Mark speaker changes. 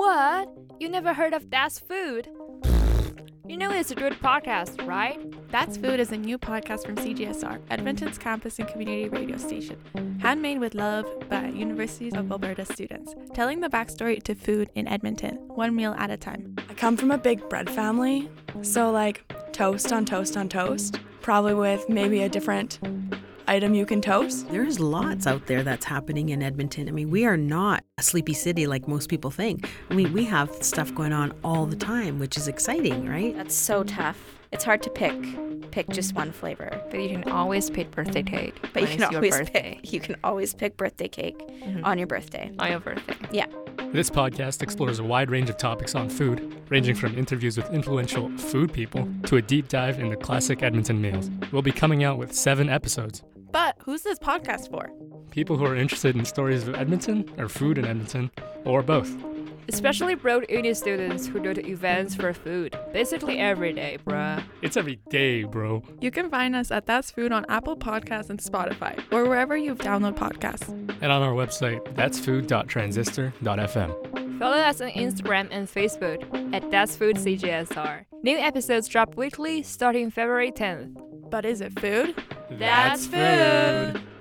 Speaker 1: What? You never heard of That's Food? You know it's a good podcast, right?
Speaker 2: That's Food is a new podcast from CGSR, Edmonton's campus and community radio station, handmade with love by Universities of Alberta students, telling the backstory to food in Edmonton, one meal at a time.
Speaker 3: I come from a big bread family, so like toast on toast on toast, probably with maybe a different item you can toast.
Speaker 4: There's lots out there that's happening in Edmonton. I mean, we are not a sleepy city like most people think. I mean, we have stuff going on all the time, which is exciting, right?
Speaker 5: That's so tough. It's hard to pick pick just one flavor.
Speaker 1: But you can always pick birthday cake.
Speaker 5: But you
Speaker 1: when
Speaker 5: can
Speaker 1: it's your
Speaker 5: always
Speaker 1: birthday. Mm-hmm.
Speaker 5: pick you can always pick birthday cake on your birthday.
Speaker 1: on your birthday.
Speaker 5: Yeah.
Speaker 6: This podcast explores a wide range of topics on food, ranging from interviews with influential food people to a deep dive into classic Edmonton meals. We'll be coming out with seven episodes.
Speaker 2: But who's this podcast for?
Speaker 6: People who are interested in stories of Edmonton, or food in Edmonton, or both.
Speaker 1: Especially Broad Uni students who go to events for food. Basically every day, bruh.
Speaker 6: It's every day, bro.
Speaker 2: You can find us at That's Food on Apple Podcasts and Spotify, or wherever you download podcasts.
Speaker 6: And on our website, that's food.transistor.fm.
Speaker 1: Follow us on Instagram and Facebook at That's Food CGSR. New episodes drop weekly starting February 10th.
Speaker 2: But is it food?
Speaker 1: That's food.